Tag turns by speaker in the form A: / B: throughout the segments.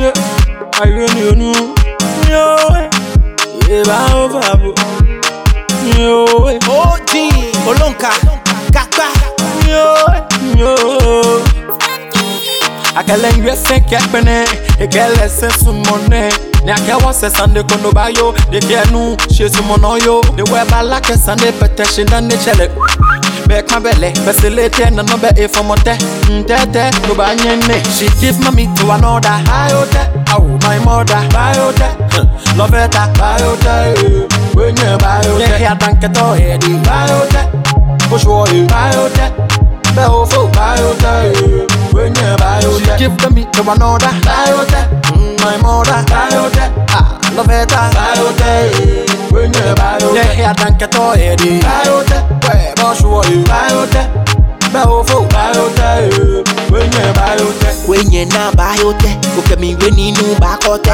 A: yeah. I really you knew. Yo, yeah, I over, bro. Yo, yeah.
B: OG, Olonka, Kaka.
A: Yo, yo. akɛlɛ nwiɛ sɛ kɛkpɛnɛ ekɛlɛ sɛ sumɔnɛ ní akɛwɔ sɛ sande kondoba yo dekiɛnu se sumɔnɔ yo dewɛba la kɛ sande pɛtɛ se nane tsɛlɛ bɛɛ kan bɛ lɛ pɛsele tɛ nɔnɔ bɛ efɔmɔ tɛ ntɛtɛ tó bá nye ne she give mami to another ayo tɛ awo my mother bayo tɛ hɛn, lɔvɛ ta bayo tɛ ee wenye bayo tɛ yɛhɛ adankɛtɔ ɛdi bayo tɛ oṣù ọ̀rẹ́ bayo tɛ. Beofo Biota Wenye Biota She give to me to another Biota mm, My mother Biota Ah, eh. love it Biota Wenye Biota Yeah, yeah, danke to edi Biota Where, boss, you are Biota Beofo Biota Wenye Biota
B: Wenye na bayo te, oke mi we ninu bako te.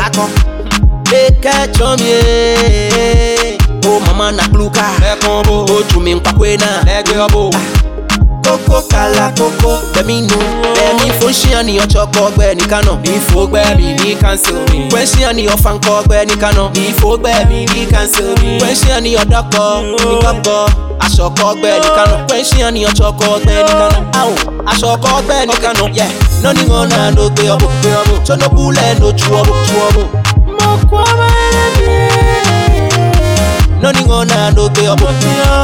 B: Eke chomie, E o mama na kluka.
A: Lẹ́kùn bò,
B: Ojú mi nkwakwe na,
A: lẹ́gbẹ́ ọ̀bò.
B: kókó kala kókó. Bẹ̀mí nu, bẹ̀mí fún ṣíyan ni ọjọ́ kọ ọgbẹ́ ní kánà.
A: Ìfowópẹ́ mi ní council mi.
B: Pẹ́ ṣíyan ni ọ̀fà ń kọ ọgbẹ́ ní kánà.
A: Ìfowópẹ́ mi ní council mi.
B: Pẹ́ ṣíyan ni ọ̀dọ́kọ, oníkọ́kọ. Aṣọ kọ ọgbẹ́ ní kánà. Pẹ́ ṣíyan ni ọjọ́ kọ ọgbẹ́ ní kánà. Àwò aṣọ kọ ọgbẹ́ ní kánà. Yẹ nọ́ọ̀nì wọn náà ló gbé ọ̀bọ̀ gbé ọ̀bọ̀. Tọ́nà búlẹ̀ ló ju ọ̀bọ̀ ju ọ̀bọ̀. Nọ́ọ̀nì wọn náà ló gbé ọ̀bọ̀.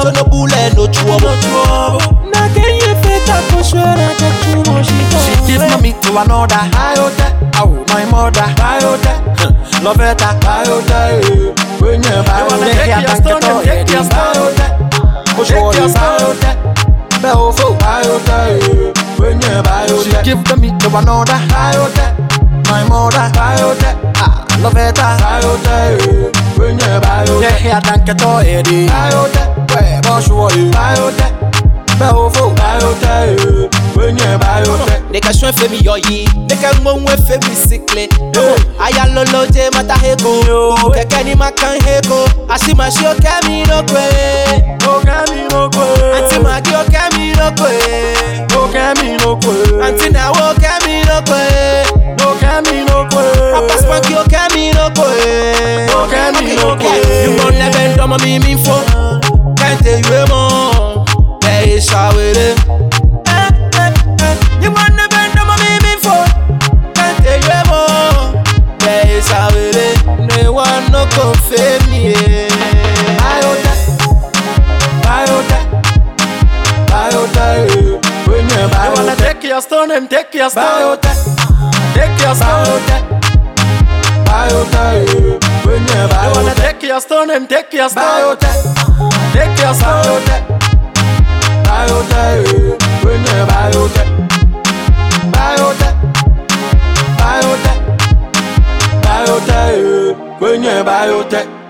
B: Tọ́nà búlẹ̀ ló ju ọ̀bọ̀ ju ọ̀bọ̀. She give mommy to another
A: Biota, oh my mother, Biota, love it, Biota, when you Biota,
B: take your stone and take your
A: Biota, push all your Biota, Beofo, Biota, when you Biota, she give to me to another Biota, my mother, Biota, ah, love it, Biota, when you Biota, yeah, yeah, thank you to Eddie, Biota, where push all you Biota, Beofo, Biota, when you Biota.
B: Neka shwe fe mi yoyi, neka mongwe fe mi sikle Yo, aya lolo je mata heko, keke ni makan heko Ashi ma shi oke mi no kwe, anti ma ki oke mi no kwe Anti na wo oke mi no kwe, apas ma
A: oh,
B: ki oke mi no
A: eh?
B: kwe
A: Oke mi Oh, no eh? kwe.
B: You mon nebe ndomo mi mi fo, kente yue mo, te isha wele You mon nebe ndomo mi mi fo, kente yue mo, te isha wele Ne wan no konfe mi e. ye
A: You wanna take your stone and take your stone. Take your stone. You wanna take your stone and take your stone. Take your stone. Biotech.